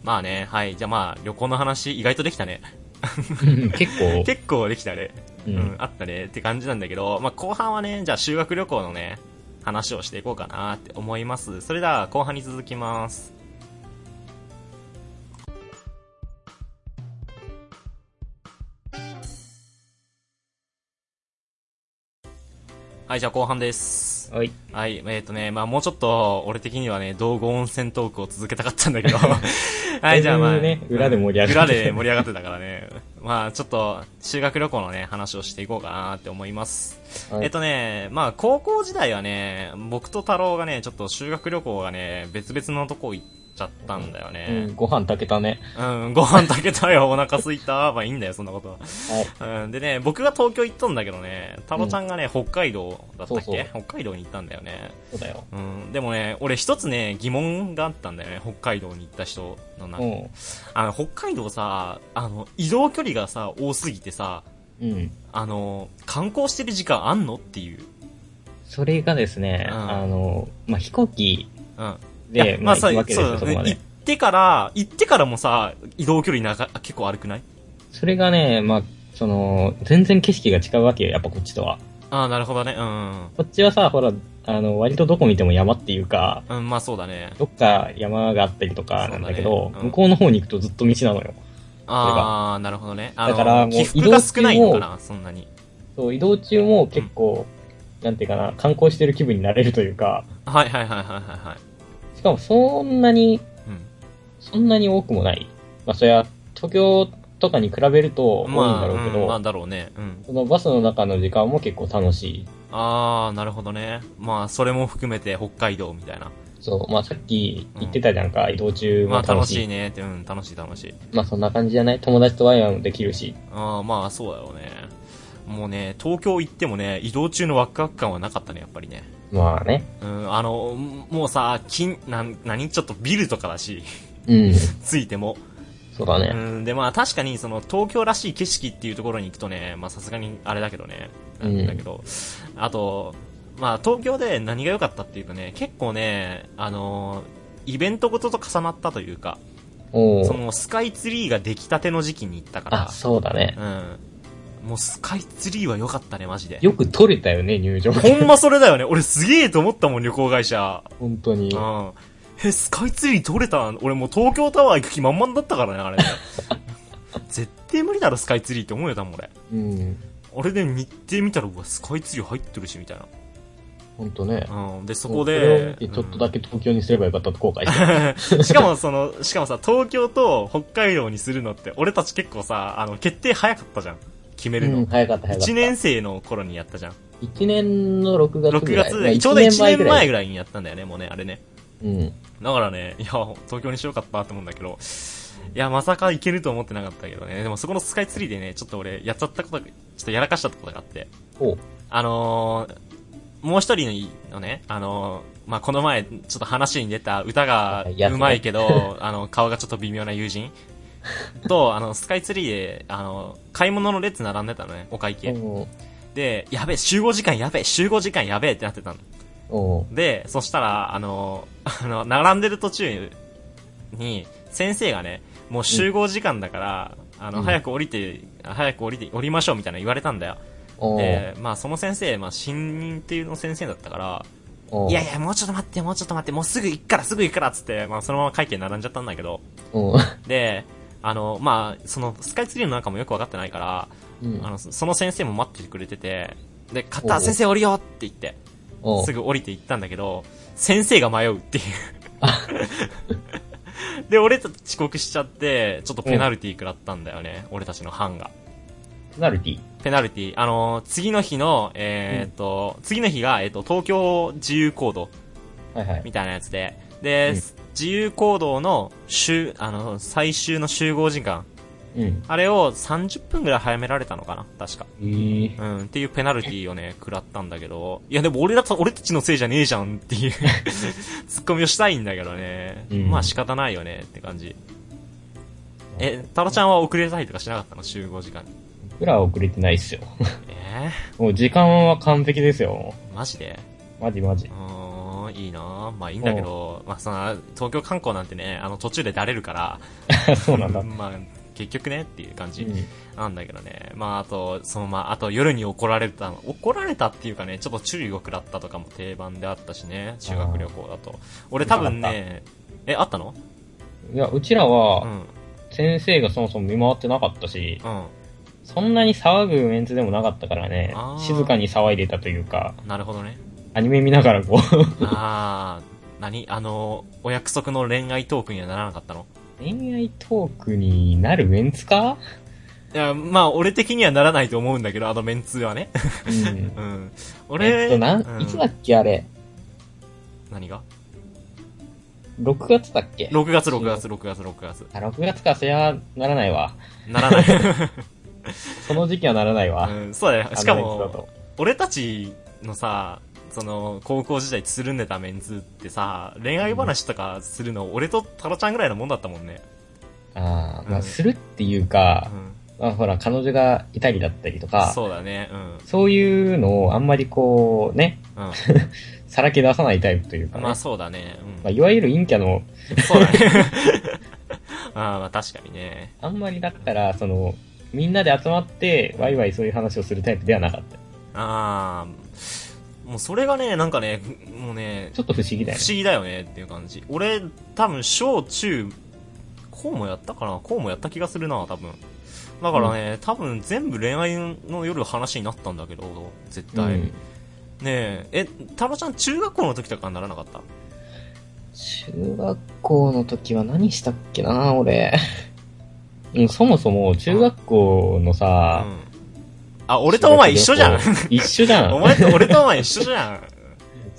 Speaker 1: まあね、はい。じゃあまあ、旅行の話、意外とできたね。
Speaker 2: 結 構、
Speaker 1: 結構できたね。
Speaker 2: う
Speaker 1: うんん、あったねって感じなんだけど、まあ、後半はね、じゃあ修学旅行のね、話をしていこうかなって思います。それでは後半に続きます。はい、じゃあ後半です。
Speaker 2: はい。
Speaker 1: はい、えっ、とね、まあもうちょっと、俺的にはね、道後温泉トークを続けたかったんだけ ど。はい、じゃあまあ。
Speaker 2: だいぶね裏で盛り上がって
Speaker 1: 裏で盛り上がってたからね。まあちょっと、修学旅行のね、話をしていこうかなって思います。
Speaker 2: はい
Speaker 1: えっとね、まあ高校時代はね、僕と太郎がね、ちょっと修学旅行がね、別々のとこ行っちゃったんだよ
Speaker 2: う
Speaker 1: ね。
Speaker 2: ん、ご飯炊けたね。
Speaker 1: うん、ご飯炊けたよ、お腹空いた。まあいいんだよ、そんなことは。
Speaker 2: はい。
Speaker 1: うん、でね、僕が東京行ったんだけどね、太郎ちゃんがね、北海道だったっけ
Speaker 2: そうそう
Speaker 1: 北海道に行ったんだよね。
Speaker 2: そうだよ。
Speaker 1: うん、でもね、俺一つね、疑問があったんだよね、北海道に行った人の中
Speaker 2: う
Speaker 1: で
Speaker 2: ん。
Speaker 1: あの、北海道さ、あの、移動距離がさ、多すぎてさ、
Speaker 2: うん。
Speaker 1: あの、観光してる時間あんのっていう。
Speaker 2: それがですね、
Speaker 1: うん
Speaker 2: あの、まあ、飛行機
Speaker 1: うん。い
Speaker 2: で
Speaker 1: や、
Speaker 2: まあ、行
Speaker 1: そう
Speaker 2: くわけですよ、
Speaker 1: そ
Speaker 2: そ
Speaker 1: うね
Speaker 2: こま
Speaker 1: 行っ
Speaker 2: で。
Speaker 1: てから、行ってからもさ、移動距離なか結構悪くない
Speaker 2: それがね、まあ、その、全然景色が違うわけよ、やっぱこっちとは。
Speaker 1: ああ、なるほどね。うん。
Speaker 2: こっちはさ、ほら、あの、割とどこ見ても山っていうか、
Speaker 1: うん、まあそうだね。
Speaker 2: どっか山があったりとかなんだけど、
Speaker 1: そうだねうん
Speaker 2: 向こうの方に行くとずっと道なのよ。
Speaker 1: ああ、なるほどね。あの、
Speaker 2: だからもう
Speaker 1: 起伏が少ないのかな、そんなに。
Speaker 2: そう、移動中も結構、なんていうかな、観光してる気分になれるというか、
Speaker 1: はいはいはいはいはいはい。
Speaker 2: しかもそんなに、
Speaker 1: うん。
Speaker 2: そんなに多くもない。まあ、そりゃ、東京とかに比べると多いん
Speaker 1: まあ、
Speaker 2: だろうけど、
Speaker 1: うんまあだろうね。うん。
Speaker 2: そのバスの中の時間も結構楽しい。
Speaker 1: ああ、なるほどね。まあ、それも含めて北海道みたいな。
Speaker 2: そう、まあさっき言ってたじゃんか、移動中
Speaker 1: ま
Speaker 2: も
Speaker 1: あ楽
Speaker 2: 楽しい。
Speaker 1: しいねって、うん、楽しい楽しい。
Speaker 2: まあそんな感じじゃない友達とワイワイもできるし。
Speaker 1: ああ、まあそうだよね。もうね、東京行ってもね、移動中のワクワク感はなかったね、やっぱりね。
Speaker 2: まあね。
Speaker 1: うん、あの、もうさ、金、なん、何ちょっとビルとかだし、
Speaker 2: うん。
Speaker 1: ついても。
Speaker 2: そうだ
Speaker 1: う
Speaker 2: ね。
Speaker 1: ん、でまあ確かにその東京らしい景色っていうところに行くとね、まあさすがにあれだけどね。な
Speaker 2: うんん
Speaker 1: だけど、あと、まあ東京で何が良かったっていうとね、結構ね、あの、イベントごとと重なったというか、
Speaker 2: お
Speaker 1: そ
Speaker 2: お。
Speaker 1: のスカイツリーが出来たての時期に行ったから。
Speaker 2: あ、そうだね。
Speaker 1: うん。もうスカイツリーは良かったね、マジで。
Speaker 2: よく取れたよね、入場。
Speaker 1: ほんまそれだよね。俺すげえと思ったもん、旅行会社。
Speaker 2: 本当に
Speaker 1: う。ん。え、スカイツリー撮れたん俺もう東京タワー行く気満々だったからね、あ れね。絶対無理だろ、スカイツリーって思うよ、多分俺。
Speaker 2: うん。
Speaker 1: 俺で日程見たら、うわ、スカイツリー入ってるし、みたい
Speaker 2: 本当ね。
Speaker 1: な。うん。で、そこ
Speaker 2: れ
Speaker 1: で
Speaker 2: を見、てちょっとだけ東京にすればよかったと後悔して
Speaker 1: うんしかも、その、しかもさ、東京と北海道にするのって、俺たち結構さ、あの、決定早かったじゃん。決め
Speaker 2: る。
Speaker 1: る
Speaker 2: うん、
Speaker 1: の。
Speaker 2: 早かった早かった。
Speaker 1: 1年生の頃にやったじゃん。
Speaker 2: 一年の6月
Speaker 1: 6
Speaker 2: ぐらい。
Speaker 1: 月
Speaker 2: まあ
Speaker 1: で、ちょうど1年前
Speaker 2: ぐ
Speaker 1: ぐらいにやったんだよね、もうね、あれね。
Speaker 2: らい。うん。
Speaker 1: だからね、いや、東京にしようかったって思うんだけど、いや、まさか行けると思ってなかったけどね。でもそこのスカイツリーでね、ちょっと俺、やっちゃったこと、ちょっとやらかしちゃったことがあって。
Speaker 2: おう
Speaker 1: あのー、もう一人のね、あのー、まあ、この前、ちょっと話に出た歌が
Speaker 2: はいやつね
Speaker 1: うまいけど、 あの、顔がちょっと微妙な友人と、あの、スカイツリーで、あの、買い物の列並んでたのね、お会計。
Speaker 2: おう
Speaker 1: で、やべえ、集合時間やべえ、集合時間やべえってなってたの。
Speaker 2: おう
Speaker 1: で、そしたら、あの、 あの、並んでる途中に、先生がね、もう集合時間だから、あの、
Speaker 2: うん
Speaker 1: 早く降りて、早く降りて、降りましょうみたいなの言われたんだよ。
Speaker 2: おう
Speaker 1: で、まあその先生、まあ新任っていうの先生だったから、
Speaker 2: おう
Speaker 1: いやいや、もうちょっと待って、もうちょっと待って、もうすぐ行くから、すぐ行くからっつって、まあそのまま会計並んじゃったんだけど、
Speaker 2: おう
Speaker 1: で、あの、まあ、その、スカイツリーの中もよくわかってないから、
Speaker 2: うん
Speaker 1: あの、その先生も待っててくれてて、で、買った
Speaker 2: おう
Speaker 1: 先生降りようって言って、
Speaker 2: おう
Speaker 1: すぐ降りて行ったんだけど、先生が迷うっていう。 で、俺たち遅刻しちゃって、ちょっとペナルティー食らったんだよね。俺たちの班が。
Speaker 2: ペナルティ。
Speaker 1: ペナルティー。あのー次の日の、えーっと、次の日が、えーっと、東京自由行動
Speaker 2: はいはい。
Speaker 1: みたいなやつで。で、
Speaker 2: うん
Speaker 1: 自由行動の、集、あの、最終の集合時間。
Speaker 2: うん。
Speaker 1: あれを30分ぐらい早められたのかな確か。
Speaker 2: えー、
Speaker 1: うん、っていうペナルティーをね、食らったんだけど、いやでも俺だと、俺たちのせいじゃねえじゃんって いう、ツッコミをしたいんだけどね。
Speaker 2: うん
Speaker 1: まあ仕方ないよねって感じ。え、タロちゃんは遅れたりとかしなかったの集合時間に。
Speaker 2: 僕らは遅れてないっすよ。
Speaker 1: え
Speaker 2: もう時間は完璧ですよ。
Speaker 1: ー、マジで
Speaker 2: マジマジ
Speaker 1: う。ーん、いいなぁまあいいんだけど、まあその、東京観光なんてね、あの途中でだれるから、
Speaker 2: そうなんだ。うん。
Speaker 1: まあ結局ねっていう感じ。なんだけどね。まあ、あと、そのまあ、あと夜に怒られた、怒られたっていうかね、ちょっと注意を食らったとかも定番であったしね、修学旅行だと。俺多分ね、え、あったの
Speaker 2: いや、うちら
Speaker 1: う
Speaker 2: は、
Speaker 1: ん、
Speaker 2: 先生がそもそも見回ってなかったし、
Speaker 1: う
Speaker 2: そんなに騒ぐメンツでもなかったからね
Speaker 1: あー、
Speaker 2: 静かに騒いでたというか、
Speaker 1: ん。なるほどね。
Speaker 2: アニメ見ながらこ う、
Speaker 1: あー、何あの、お約束の恋愛トークにはならなかったの
Speaker 2: 恋愛トークになるメンツか
Speaker 1: いや、まあ、俺的にはならないと思うんだけど、あのメンツはね。
Speaker 2: うん
Speaker 1: う。ん。俺、
Speaker 2: えっと、な、
Speaker 1: うん
Speaker 2: いつだっけあれ、
Speaker 1: 何が
Speaker 2: 6月だっけ
Speaker 1: ?6 月、6月、6月、6月。
Speaker 2: あ、6月か、そりゃならないわ。
Speaker 1: な らない。
Speaker 2: その時期はならないわ。
Speaker 1: うん、そうだよ。しか
Speaker 2: あのメンツだ
Speaker 1: も、
Speaker 2: と
Speaker 1: 俺たちのさ、その、高校時代つるんでたメンツってさ、恋愛話とかするの、俺とタロちゃんぐらいのもんだったもんね。
Speaker 2: あーま
Speaker 1: うん
Speaker 2: あ、するっていうか、
Speaker 1: う
Speaker 2: まあ、ほら、彼女がいたりだったりと
Speaker 1: ん。
Speaker 2: か、
Speaker 1: そうだね。うん。
Speaker 2: そういうのをあんまりこう、ね、
Speaker 1: う
Speaker 2: さらけ出さないタイプというか、
Speaker 1: ん。
Speaker 2: ね
Speaker 1: まあ
Speaker 2: ま
Speaker 1: そうだね。う
Speaker 2: あ、
Speaker 1: ん。
Speaker 2: いわゆる陰キャの、
Speaker 1: そう だね。 ああ、まあ確かにね。
Speaker 2: あんまりだったら、その、みんなで集まって、ワイワイそういう話をするタイプではなかった。
Speaker 1: ああ、もうそれがね、なんかね、もうね、
Speaker 2: ちょっと不思議
Speaker 1: 不
Speaker 2: だよね。
Speaker 1: 思議だよねっていう感じ。俺、多分、小、中、こうもやったかなこうもやった気がするな、多分。だからね、多分全部恋愛の夜話になったんだけど、絶対。
Speaker 2: う
Speaker 1: ね
Speaker 2: ん
Speaker 1: え、え、タロちゃん中学校の時とかにならなかった
Speaker 2: 中学校の時は何したっけな俺。うんそもそも中学校の
Speaker 1: あ,、
Speaker 2: さ
Speaker 1: う、ん、あ、俺とお前一緒じゃん
Speaker 2: 一緒じゃん
Speaker 1: お前と、俺とお前一緒じゃん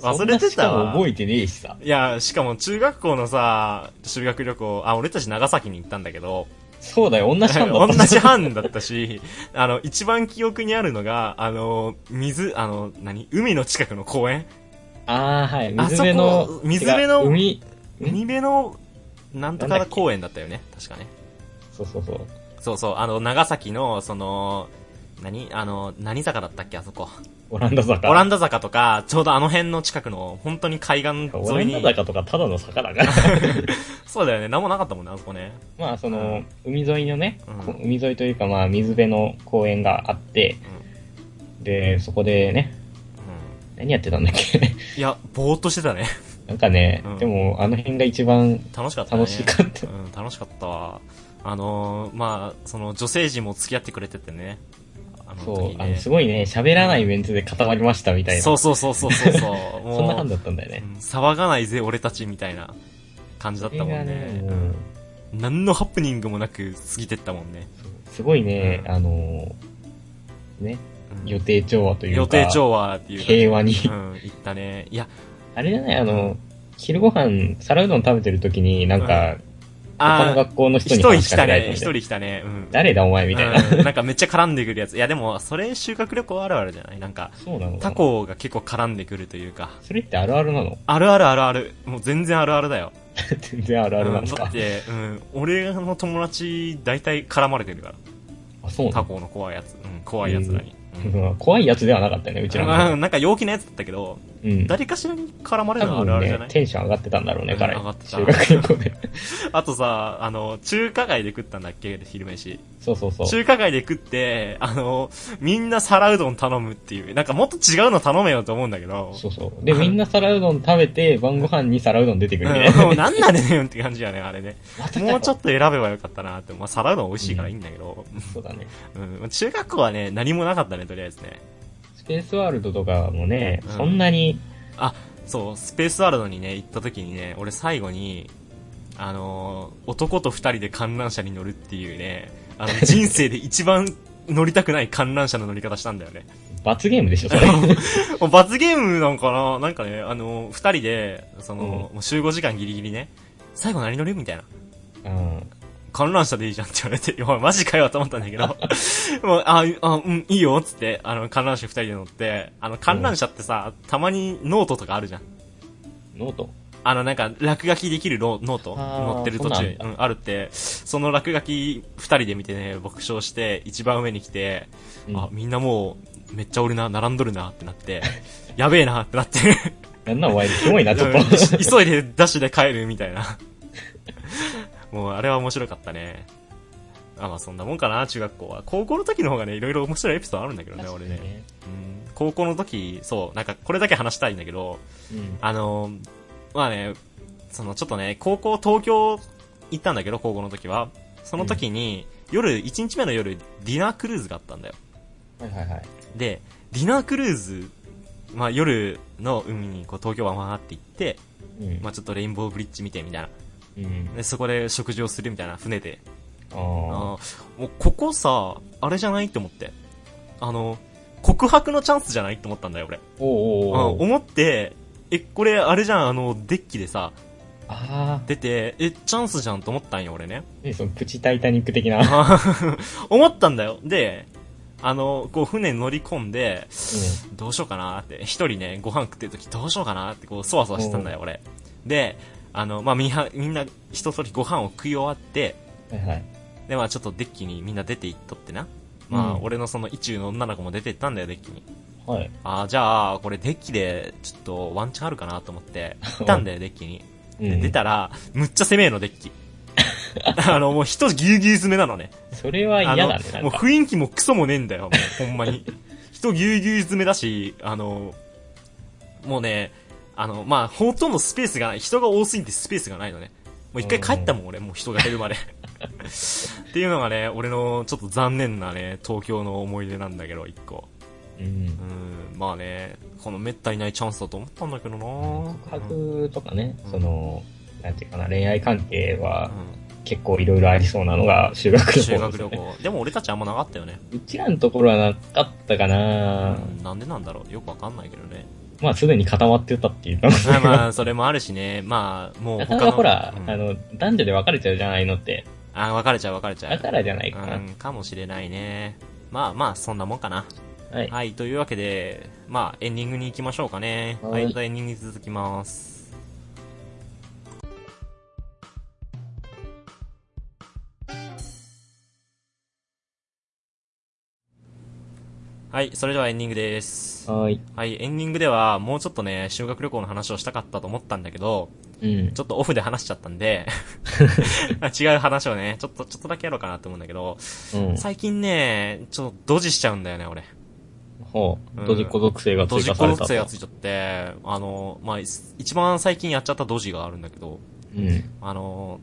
Speaker 1: 忘れて
Speaker 2: そんなした
Speaker 1: わ
Speaker 2: かも覚えてねえしさ。
Speaker 1: いや、しかも中学校のさ、修学旅行、あ、俺たち長崎に行ったんだけど、
Speaker 2: そうだよ、同じ班だ
Speaker 1: 同
Speaker 2: った。
Speaker 1: じ班だったし、あの、一番記憶にあるのが、あの、水、あの、何海の近くの公園
Speaker 2: ああ、はい。
Speaker 1: あそこ
Speaker 2: 水辺
Speaker 1: 水辺の
Speaker 2: の、てか海、ん
Speaker 1: 海辺の、なんと
Speaker 2: なん
Speaker 1: か
Speaker 2: だっけ
Speaker 1: 公園だったよね。確かね。
Speaker 2: そうそうそう。
Speaker 1: そうそう、あの、長崎の、その、何あの、何坂だったっけあそこ。
Speaker 2: オランダ坂。
Speaker 1: オランダ坂とか、ちょうどあの辺の近くの、本当に海岸
Speaker 2: オラ
Speaker 1: 沿い
Speaker 2: ンダ
Speaker 1: に。
Speaker 2: 坂とかただの坂だから。
Speaker 1: そうだよね。何もなかったもんね、あそこね。
Speaker 2: まあ、そうの、海沿いのね、
Speaker 1: うん
Speaker 2: こ海沿いというか、まあ、水辺の公園があって、で、そこでね、
Speaker 1: う
Speaker 2: 何やってたんだっけ
Speaker 1: ん。いや、ぼーっとしてたね。
Speaker 2: なんかね、
Speaker 1: うん
Speaker 2: でも、あの辺が一番
Speaker 1: 楽しかったね。
Speaker 2: 楽しかった。
Speaker 1: うん、楽しかったわ。あのーまあ、その、女性陣も付き合ってくれててね。あの
Speaker 2: そう
Speaker 1: 時、
Speaker 2: あの、
Speaker 1: ね。
Speaker 2: すごいね、喋らないメンツで固まりましたみたいな。
Speaker 1: そうそうそうそう そうそう。
Speaker 2: そんな班
Speaker 1: う
Speaker 2: だったんだよね。
Speaker 1: ん騒がないぜ、俺たちみたいな感じだっ
Speaker 2: そ
Speaker 1: た
Speaker 2: れ
Speaker 1: もん
Speaker 2: が
Speaker 1: ね。
Speaker 2: ね、
Speaker 1: う
Speaker 2: うんん
Speaker 1: 何のハプニングもなく過ぎてったもんね。
Speaker 2: すごいね、
Speaker 1: うん
Speaker 2: あのーね、
Speaker 1: うん
Speaker 2: 予定調和というか、
Speaker 1: 予定調和っていうか。
Speaker 2: 平和に。
Speaker 1: うん、行ったね。いや、
Speaker 2: あれじゃない、あの、昼ご飯、皿うどん食べてる時に、なんか、他の
Speaker 1: あー、
Speaker 2: 学校の人
Speaker 1: 一
Speaker 2: に
Speaker 1: 人
Speaker 2: 話し
Speaker 1: 来
Speaker 2: かけ
Speaker 1: た
Speaker 2: られた
Speaker 1: ね。
Speaker 2: み
Speaker 1: 一
Speaker 2: たいな。
Speaker 1: 人来たね。うん。
Speaker 2: 誰だお前みたいな。
Speaker 1: うんなんかめっちゃ絡んでくるやつ。いやでも、それ修学旅行あるあるじゃないなんか、
Speaker 2: そうなの
Speaker 1: 他校が結構絡んでくるというか。
Speaker 2: それってあるあるなの
Speaker 1: あるあるあるある。もう全然あるあるだよ。
Speaker 2: 全然あるあるな
Speaker 1: うんんだ
Speaker 2: か
Speaker 1: っ。て、うん、俺の友達、大体絡まれてるから。
Speaker 2: あ、そうな
Speaker 1: 他校の怖いやつ。うん、怖いやつらに。うん
Speaker 2: の怖いやつではなかったね、うちら
Speaker 1: う
Speaker 2: の。
Speaker 1: んなんか陽気なやつだったけど、
Speaker 2: うん。
Speaker 1: 誰かしらに絡まれ
Speaker 2: 多
Speaker 1: るのあるあ
Speaker 2: 分
Speaker 1: るじゃな
Speaker 2: ね
Speaker 1: い、、
Speaker 2: テンション上がってたんだろうね、彼。
Speaker 1: うん上がってた
Speaker 2: 修学旅行で。
Speaker 1: あとさ、あの、中華街で食ったんだっけ昼飯。
Speaker 2: そうそうそう。
Speaker 1: 中華街で食って、あの、みんな皿うどん頼むっていう。なんかもっと違うの頼めよと思うんだけど。
Speaker 2: そうそう。で、みんな皿うどん食べて、晩ご飯に皿うどん出てくるね
Speaker 1: うん。 もうなんなんだよって感じやね、あれね。もうちょ
Speaker 2: っ
Speaker 1: っと選べばよかったなって。まあ、皿うどん美味しいからいいんだけど。
Speaker 2: と。そうだね。
Speaker 1: うん。中学校はね、何もなかったね、とりあえずね。
Speaker 2: スペースワールドとかもね、
Speaker 1: うん
Speaker 2: そんなに、
Speaker 1: そう、スペースワールドにね、行った時にね、俺最後に、あのー男と二人で観覧車に乗るっていうね、あ の、人生で一番乗りたくない観覧車の乗り方したんだよね。
Speaker 2: 罰ゲームでしょ、それ。
Speaker 1: もう罰ゲームなんかななんかね、あのー二人で、その、
Speaker 2: うん
Speaker 1: もう集合時間ギリギリね、最後何乗るみたいな。
Speaker 2: うん。
Speaker 1: 観覧車でいいじゃんって言われて、 いや、マジかよと思ったんだけ ど、もう、あ、あ、うん、いいよっつって、あの、観覧車二人で乗って、あの、観覧車ってさ、たまにノートとかあるじゃん。
Speaker 2: ノート。
Speaker 1: あの、なんか、落書きできるノノート
Speaker 2: あー
Speaker 1: 乗ってる途中、、
Speaker 2: そううなん
Speaker 1: あるって、その落書き二人で見てね、爆笑して、一番上に来て、
Speaker 2: うん
Speaker 1: あ、みんなもう、めっちゃおるな、並んどるなってなって、やべえなってなって、
Speaker 2: なんなんお前、すごいな、ちょっと。
Speaker 1: うん 急いでダッシュで帰るみたいな。もう、あれは面白かったね。あ、まあそんなもんかな、中学校は。高校の時の方がね、いろいろ面白いエピソードあるんだけどね、俺ね。うん高校の時、そう、なんかこれだけ話したいんだけど、
Speaker 2: うん。
Speaker 1: あの、まあね、そのちょっとね、高校、東京行ったんだけど、高校の時は。その時に、夜、1日目の夜、ディナークルーズがあったんだよ。
Speaker 2: はいはいはい。
Speaker 1: で、ディナークルーズ、まあ夜の海にこう東京湾わーって行って、
Speaker 2: うん。
Speaker 1: まあちょっとレインボーブリッジ見てみたいな。
Speaker 2: うん。
Speaker 1: で、そこで食事をするみたいな、船で。あ
Speaker 2: あ
Speaker 1: ーもうここさ、あれじゃないと思って。あの、告白のチャンスじゃないと思ったんだよ、俺。
Speaker 2: ーお
Speaker 1: う
Speaker 2: うんおうおう。
Speaker 1: 思って、え、これあれじゃん、あの、デッキでさ、
Speaker 2: あ
Speaker 1: 出て、え、チャンスじゃんと思ったんよ、俺ね。
Speaker 2: ー。で、その、プチタイタニック的な。うん。
Speaker 1: 思ったんだよ。で、あの、こう、船乗り込んで、どうしようかなって、一人ね、ご飯食ってる時どうしようかなって、こう、そわそわしてたんだよ、俺。で、あの、まあ、みんな、みんな、一通りご飯を食い終わって、
Speaker 2: はいはい。
Speaker 1: で、まあちょっとデッキにみんな出ていっとってな。まあ、
Speaker 2: うん
Speaker 1: 俺のその、一中の女の子も出てったんだよ、デッキに。
Speaker 2: はい。
Speaker 1: ああ、じゃあ、これデッキで、ちょっとワンチャンあるかなと思 って、行ったんだよ、デッキに。
Speaker 2: う
Speaker 1: で
Speaker 2: ん
Speaker 1: 出。たら、むっちゃ攻めえの、デッ キ。あの、もう人ぎゅうぎゅう詰めなのね。
Speaker 2: それは
Speaker 1: あ
Speaker 2: 嫌
Speaker 1: の、
Speaker 2: だね、な
Speaker 1: も
Speaker 2: ん
Speaker 1: う
Speaker 2: か。
Speaker 1: 雰囲気もクソもねえんだよ、もう、ほんま に。人ぎゅうぎゅう詰めだし、あの、もうね、あの、まあ、ほとんどスペースがない。人が多すぎてスペースがないのね。もう一回帰ったもん、俺、もう人が減る まで。っていうのがね、俺のちょっと残念なね、東京の思い出なんだけど、一個。
Speaker 2: うん
Speaker 1: う。ん、まあね、この滅多にないチャンスだと思ったんだけどな
Speaker 2: 告
Speaker 1: うん
Speaker 2: 白とかね
Speaker 1: う、ん
Speaker 2: その、なんていうかな、恋愛関係は
Speaker 1: う
Speaker 2: 結構いろいろありそうなのが修学
Speaker 1: ん
Speaker 2: 旅行。
Speaker 1: 修学旅。 行。でも俺たちあんまなかったよね。
Speaker 2: うちらのところはなかったかな、
Speaker 1: うんなんでなんだろうよくわかんないけどね。
Speaker 2: まあすでに固まってたっていうか。
Speaker 1: まあまあ、それもあるしね。まあ、もう
Speaker 2: な
Speaker 1: 他
Speaker 2: か
Speaker 1: の。
Speaker 2: なかほら、
Speaker 1: うん
Speaker 2: あの、男女で別れちゃうじゃないのって。
Speaker 1: あ、別れちゃう別れちゃ
Speaker 2: だ
Speaker 1: う。
Speaker 2: からじゃないかな。
Speaker 1: うん、かもしれないね。まあまあ、そんなもんかな。
Speaker 2: はい。
Speaker 1: はい、というわけで、まあ、エンディングに行きましょうかね。は、
Speaker 2: はいい
Speaker 1: じゃあエンディングに続きます。はい、それではエンディングです。
Speaker 2: はい。
Speaker 1: はい、エンディングではもうちょっとね、修学旅行の話をしたかったと思ったんだけど、
Speaker 2: うん。
Speaker 1: ちょっとオフで話しちゃったん で、違う話をね、ちょっと、ちょっとだけやろうかなと思うんだけど、
Speaker 2: うん。
Speaker 1: 最近ね、ちょっとドジしちゃうんだよね、俺。
Speaker 2: ほ
Speaker 1: うん
Speaker 2: う。ドジ子属性が
Speaker 1: ド
Speaker 2: 追
Speaker 1: ジ
Speaker 2: 加
Speaker 1: コ
Speaker 2: され
Speaker 1: ロク
Speaker 2: たと。
Speaker 1: セがついちゃって、あの、まあ、い一番最近やっちゃったドジがあるんだけど、
Speaker 2: うん。
Speaker 1: あの、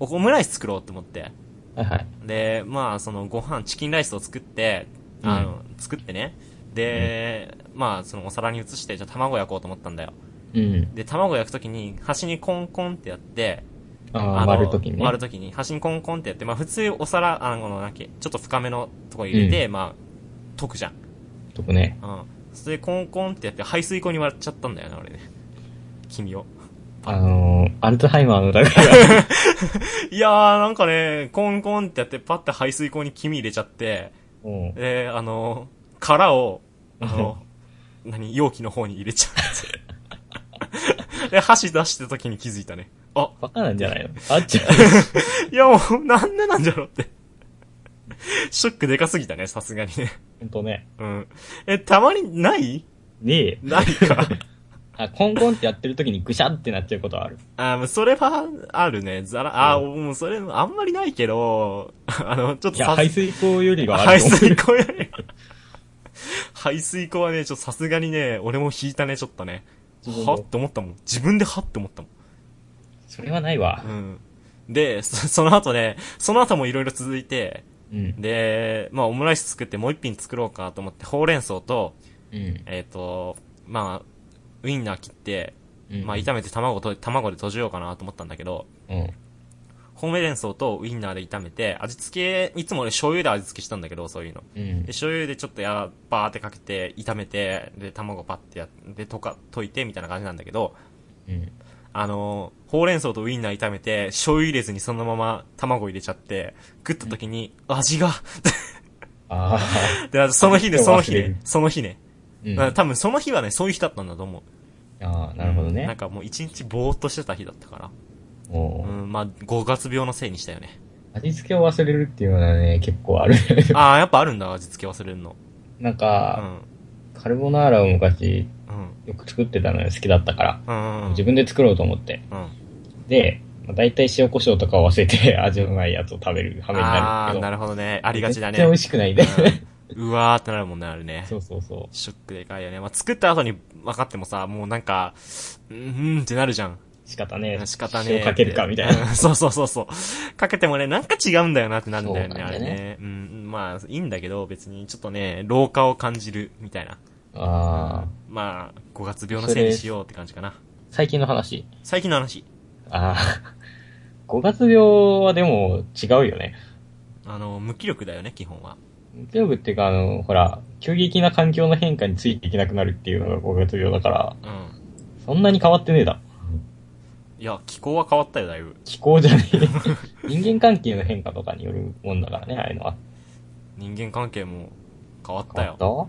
Speaker 1: オムライス作ろうって思って、
Speaker 2: はいはい。
Speaker 1: で、まあ、そのご飯、チキンライスを作って、あの、作ってね、で、まあ、そのお皿に移して、じゃあ卵焼こうと思ったんだよ。
Speaker 2: うん。
Speaker 1: で、卵焼くときに、端にコンコンってやって、
Speaker 2: ああ、
Speaker 1: の
Speaker 2: 割るときにね。
Speaker 1: 割るときに、端にコンコンってやって、まあ普通お皿、あの、なんだっけ、ちょっと深めのとこ入れて、まあ、溶くじゃん。
Speaker 2: とくね。
Speaker 1: うん。それでコンコンってやって、排水口に割っちゃったんだよな、俺ね。君を。
Speaker 2: あのー、アルツハイマーのだから、
Speaker 1: いやー、なんかね、コンコンってやって、パッて排水口に君入れちゃって、
Speaker 2: も
Speaker 1: で、あの、殻を、あの、何、容器の方に入れちゃって。 で、箸出した時に気づいたね。あ、
Speaker 2: う、バカなんじゃないのあ っちゃ
Speaker 1: いやもう、なんでなんじゃろうって。ショックでかすぎたね、さすがにね。
Speaker 2: う。ほんとね。
Speaker 1: うん。え、たまにない
Speaker 2: で、
Speaker 1: ない か。
Speaker 2: あ、コンコンってやってる時にぐしゃってなっちゃうことはある。
Speaker 1: あもうそれは、あるね。ざら、あ
Speaker 2: う
Speaker 1: もうそれ、あんまりないけど、 あの、ちょっと
Speaker 2: いや、排水口よりはあ
Speaker 1: 排
Speaker 2: ると思う。
Speaker 1: 水口やね。 排水口はね、ちょっとさすがにね、俺も引いたね、ちょっとね。
Speaker 2: 自分で
Speaker 1: はって思ったもん。自分ではって思ったもん。
Speaker 2: それはないわ
Speaker 1: う。ん。で、そ その後ね、その後もいろいろ続いて、
Speaker 2: うん。
Speaker 1: で、まあ、オムライス作ってもう一品作ろうかと思って、ほうれん草と、
Speaker 2: うん。
Speaker 1: えっ、と、まあ、ウインナー切って、
Speaker 2: うん
Speaker 1: まあ、炒めて卵と、卵で閉じようかなと思ったんだけど、
Speaker 2: うん。
Speaker 1: ほうれん草とウインナーで炒めて、味付け、いつも俺醤油で味付けしたんだけど、そういうの。
Speaker 2: うん
Speaker 1: で、醤油でちょっとや、バーってかけて、炒めて、で、卵パッてやって、溶か、溶いて、みたいな感じなんだけど、
Speaker 2: うん。
Speaker 1: あのー、ほうれん草とウインナー炒めて、醤油入れずにそのまま卵入れちゃって、食った時に、味が、
Speaker 2: ああ。
Speaker 1: で、その日ね、
Speaker 2: でも
Speaker 1: その日
Speaker 2: 忘れる
Speaker 1: ね、その日ね。
Speaker 2: うん、
Speaker 1: まあ
Speaker 2: あ
Speaker 1: 多分その日はね、そういう日だったんだと思う。
Speaker 2: あ、なるほど
Speaker 1: なん
Speaker 2: ね。
Speaker 1: かもう一日ぼーっとしてた日だったか
Speaker 2: お
Speaker 1: ら。う
Speaker 2: ー
Speaker 1: ん、まあ、5月病のせいにしたよね。
Speaker 2: 味付けを忘れるっていうのはね、結構ある。
Speaker 1: ああ、やっぱあるんだ、味付け忘れるの。
Speaker 2: なん
Speaker 1: う
Speaker 2: か、
Speaker 1: ん。
Speaker 2: カルボナーラを昔
Speaker 1: うん。
Speaker 2: よく作ってたのよ、好きだったから。
Speaker 1: うん。うん
Speaker 2: 自。分で作ろうと思って。
Speaker 1: うん。
Speaker 2: で、まあ、大体塩コショウとかを忘れて 味のないやつを食べる羽目に
Speaker 1: あ
Speaker 2: なる
Speaker 1: あ
Speaker 2: ん
Speaker 1: ー、
Speaker 2: だけど。
Speaker 1: なるほどね。ありがちだ
Speaker 2: めっちゃ美
Speaker 1: ね。
Speaker 2: 味しくないね。。
Speaker 1: うんうわーってなるもんね、あるね
Speaker 2: そうそうそ
Speaker 1: ショックでかいよね。まあ、作った後に分かってもさ、もうなんか、うーんってなるじゃん。
Speaker 2: う。仕方ねえ。
Speaker 1: 仕方ねえ
Speaker 2: 塩かけるか、みたいな。
Speaker 1: うんそうそうそうそう。かけてもね、なんか違うんだよなってなんだよね、
Speaker 2: そうな
Speaker 1: あ
Speaker 2: んだ
Speaker 1: れ
Speaker 2: よね
Speaker 1: ね。うん、まあ、いいんだけど、別にちょっとね、老化を感じる、みたいな。
Speaker 2: ああ。
Speaker 1: まあ、5月病のせいにしようって感じかな。
Speaker 2: 最近の話。
Speaker 1: 最近の話。
Speaker 2: あ あ。5月病はでも違うよね。
Speaker 1: あの、無気力だよね、基本は。
Speaker 2: 無力っていうか、あの、ほら、急激な環境の変化についていけなくなるっていうのが5月病だから、
Speaker 1: うん。
Speaker 2: そんなに変わってねえだ。
Speaker 1: いや、気候は変わったよ、だいぶ。
Speaker 2: 気候じゃね え。人間関係の変化とかによるもんだからね、ああいうのは。
Speaker 1: 人間関係も変わった
Speaker 2: 変わ
Speaker 1: よ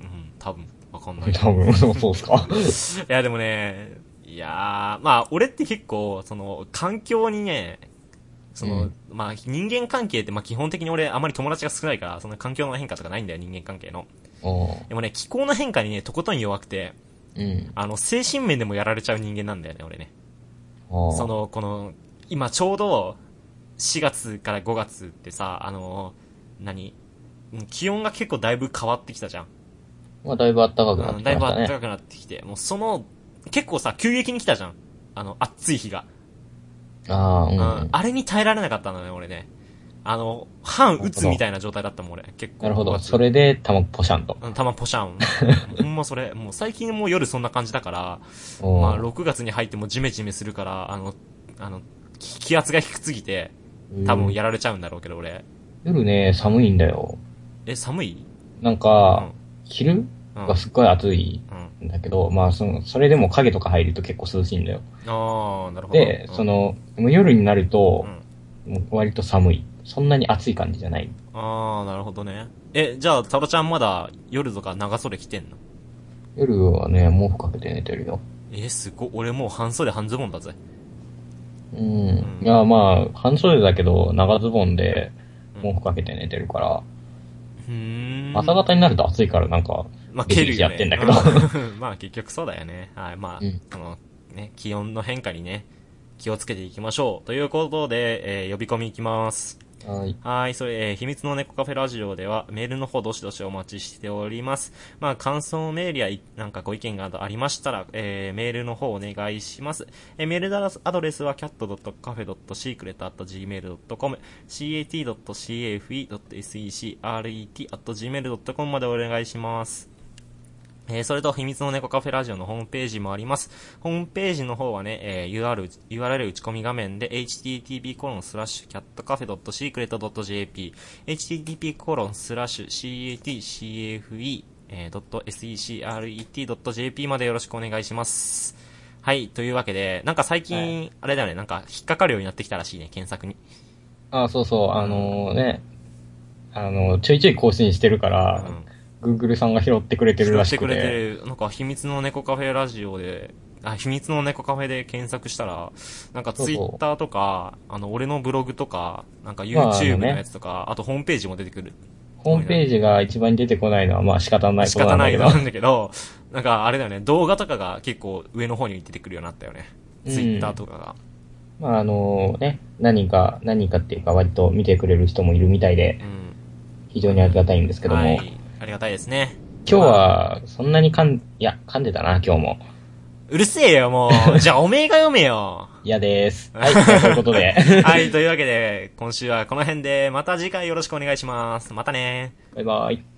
Speaker 2: っ。
Speaker 1: うん、多分。わかんない
Speaker 2: た。多分、そうっ すか。
Speaker 1: いや、でもね、いやー、まあ、俺って結構、その、環境にね、その、
Speaker 2: うん
Speaker 1: まあ、人間関係って、まあ、基本的に俺、あまり友達が少ないから、その環境の変化とかないんだよ、人間関係の。
Speaker 2: おう
Speaker 1: でもね、気候の変化にね、とことん弱くて、
Speaker 2: うん。
Speaker 1: あの、精神面でもやられちゃう人間なんだよね、俺ね。
Speaker 2: おう
Speaker 1: そ、の、この、今ちょうど、4月から5月ってさ、あの、何うん気温が結構だいぶ変わってきたじゃん。
Speaker 2: まあ、だいぶ暖かくなっ
Speaker 1: う
Speaker 2: て
Speaker 1: んだい
Speaker 2: き
Speaker 1: ぶ
Speaker 2: まし
Speaker 1: 暖
Speaker 2: た
Speaker 1: か
Speaker 2: ね。
Speaker 1: くなってきて、もうその、結構さ、急激に来たじゃん。あの、暑い日が。
Speaker 2: あ
Speaker 1: うん
Speaker 2: あ、うん。
Speaker 1: あれに耐えられなかったんだね、俺ね。あの、半打つみたいな状態だったもん、俺。結構。
Speaker 2: なるほど。
Speaker 1: 僕
Speaker 2: そ
Speaker 1: は
Speaker 2: れで、たま、ポシャンと。
Speaker 1: うん、たまポシ ャン。ほんまそれ。もう最近もう夜そんな感じだから、
Speaker 2: おう
Speaker 1: まあ6月に入ってもジメジメするから、あの、あの、気気圧が低すぎて、多分やられちゃうんだろうけど、俺。
Speaker 2: 夜ね、寒いんだよ。
Speaker 1: え、寒い
Speaker 2: なん
Speaker 1: うん。
Speaker 2: か、昼
Speaker 1: うん。
Speaker 2: がすっごい暑い
Speaker 1: うん
Speaker 2: んだけど、まあ、その、それでも影とか入ると結構涼しいんだよ。
Speaker 1: ああ、なるほど。
Speaker 2: で
Speaker 1: う、ん
Speaker 2: そ、の、もう夜になると
Speaker 1: う、ん。
Speaker 2: もう割と寒い。そんなに暑い感じじゃない。
Speaker 1: ああ、なるほどね。え、じゃあ、タロちゃんまだ夜とか長袖着てんの
Speaker 2: 夜はね、毛布かけて寝てるよ。
Speaker 1: えーすごい。俺もう半袖半ズボンだぜ。
Speaker 2: うん。
Speaker 1: うん
Speaker 2: いや、まあ、半袖だけど、長ズボンで
Speaker 1: うん
Speaker 2: 毛布かけて寝てるから、
Speaker 1: うーん。
Speaker 2: 朝方になると暑いから、なんか、
Speaker 1: まあ、
Speaker 2: ビ
Speaker 1: 蹴
Speaker 2: リ
Speaker 1: る
Speaker 2: ビ
Speaker 1: よ、
Speaker 2: リ
Speaker 1: ね。
Speaker 2: やってんだけど
Speaker 1: うん まあ、結局そうだよね。はい、まあ、
Speaker 2: うん
Speaker 1: その、ね、気温の変化にね、気をつけていきましょう。ということで、えー呼び込みいきます。
Speaker 2: はい。
Speaker 1: はい、それ、えー秘密の猫カフェラジオでは、メールの方どしどしお待ちしております。まあ、感想メールやい、なんかご意見がありましたら、えーメールの方お願いします。えーメールアドレスは cat.cafe.secret.gmail.com、cat.cafe.secret.gmail.com までお願いします。えーそれと、秘密の猫カフェラジオのホームページもあります。ホームページの方はね、えー UR、URL 打ち込み画面で、http:/catcafe.secret.jp、http:/catcafe.secret.jp までよろしくお願いします。はい、というわけで、なんか最近、あれだよね、なんか引っかかるようになってきたらしいね、検索に。
Speaker 2: あ、そうそう、あのね、あの、ちょいちょい更新してるから、
Speaker 1: うん
Speaker 2: Google さんが拾ってくれてる
Speaker 1: 拾
Speaker 2: ら
Speaker 1: っ
Speaker 2: してく
Speaker 1: く
Speaker 2: て。
Speaker 1: れてる、なんか秘密の猫カフェラジオで、あ、秘密の猫カフェで検索したら、なんか
Speaker 2: そ
Speaker 1: ツ
Speaker 2: うそ
Speaker 1: イ
Speaker 2: う
Speaker 1: ッターとか、あの、俺のブログとか、なんか
Speaker 2: まああの
Speaker 1: YouTube の
Speaker 2: ね
Speaker 1: やつとか、あとホームページも出てくる。
Speaker 2: ホームページが一番出てこないのは、まあ仕方ない
Speaker 1: 仕
Speaker 2: ことな
Speaker 1: 方ない
Speaker 2: んだけど。
Speaker 1: なんだけど、なんかあれだよね、動画とかが結構上の方に出てくるようになったよね。
Speaker 2: うん
Speaker 1: ツイッターとかが。
Speaker 2: まああのね、何人か、何人かっていうか割と見てくれる人もいるみたいで、
Speaker 1: うん。
Speaker 2: 非常にありがたいんですけども、
Speaker 1: はい。ありがたいですね。
Speaker 2: 今日はそんなに噛ん、いや、噛んでたな、今日も。
Speaker 1: うるせえよ、も う。じゃあ、おめえが読めよ。
Speaker 2: 嫌です。はい、ということ で、
Speaker 1: はい、というわけで、今週はこの辺で、また次回よろしくお願いします。またね
Speaker 2: バイバイ。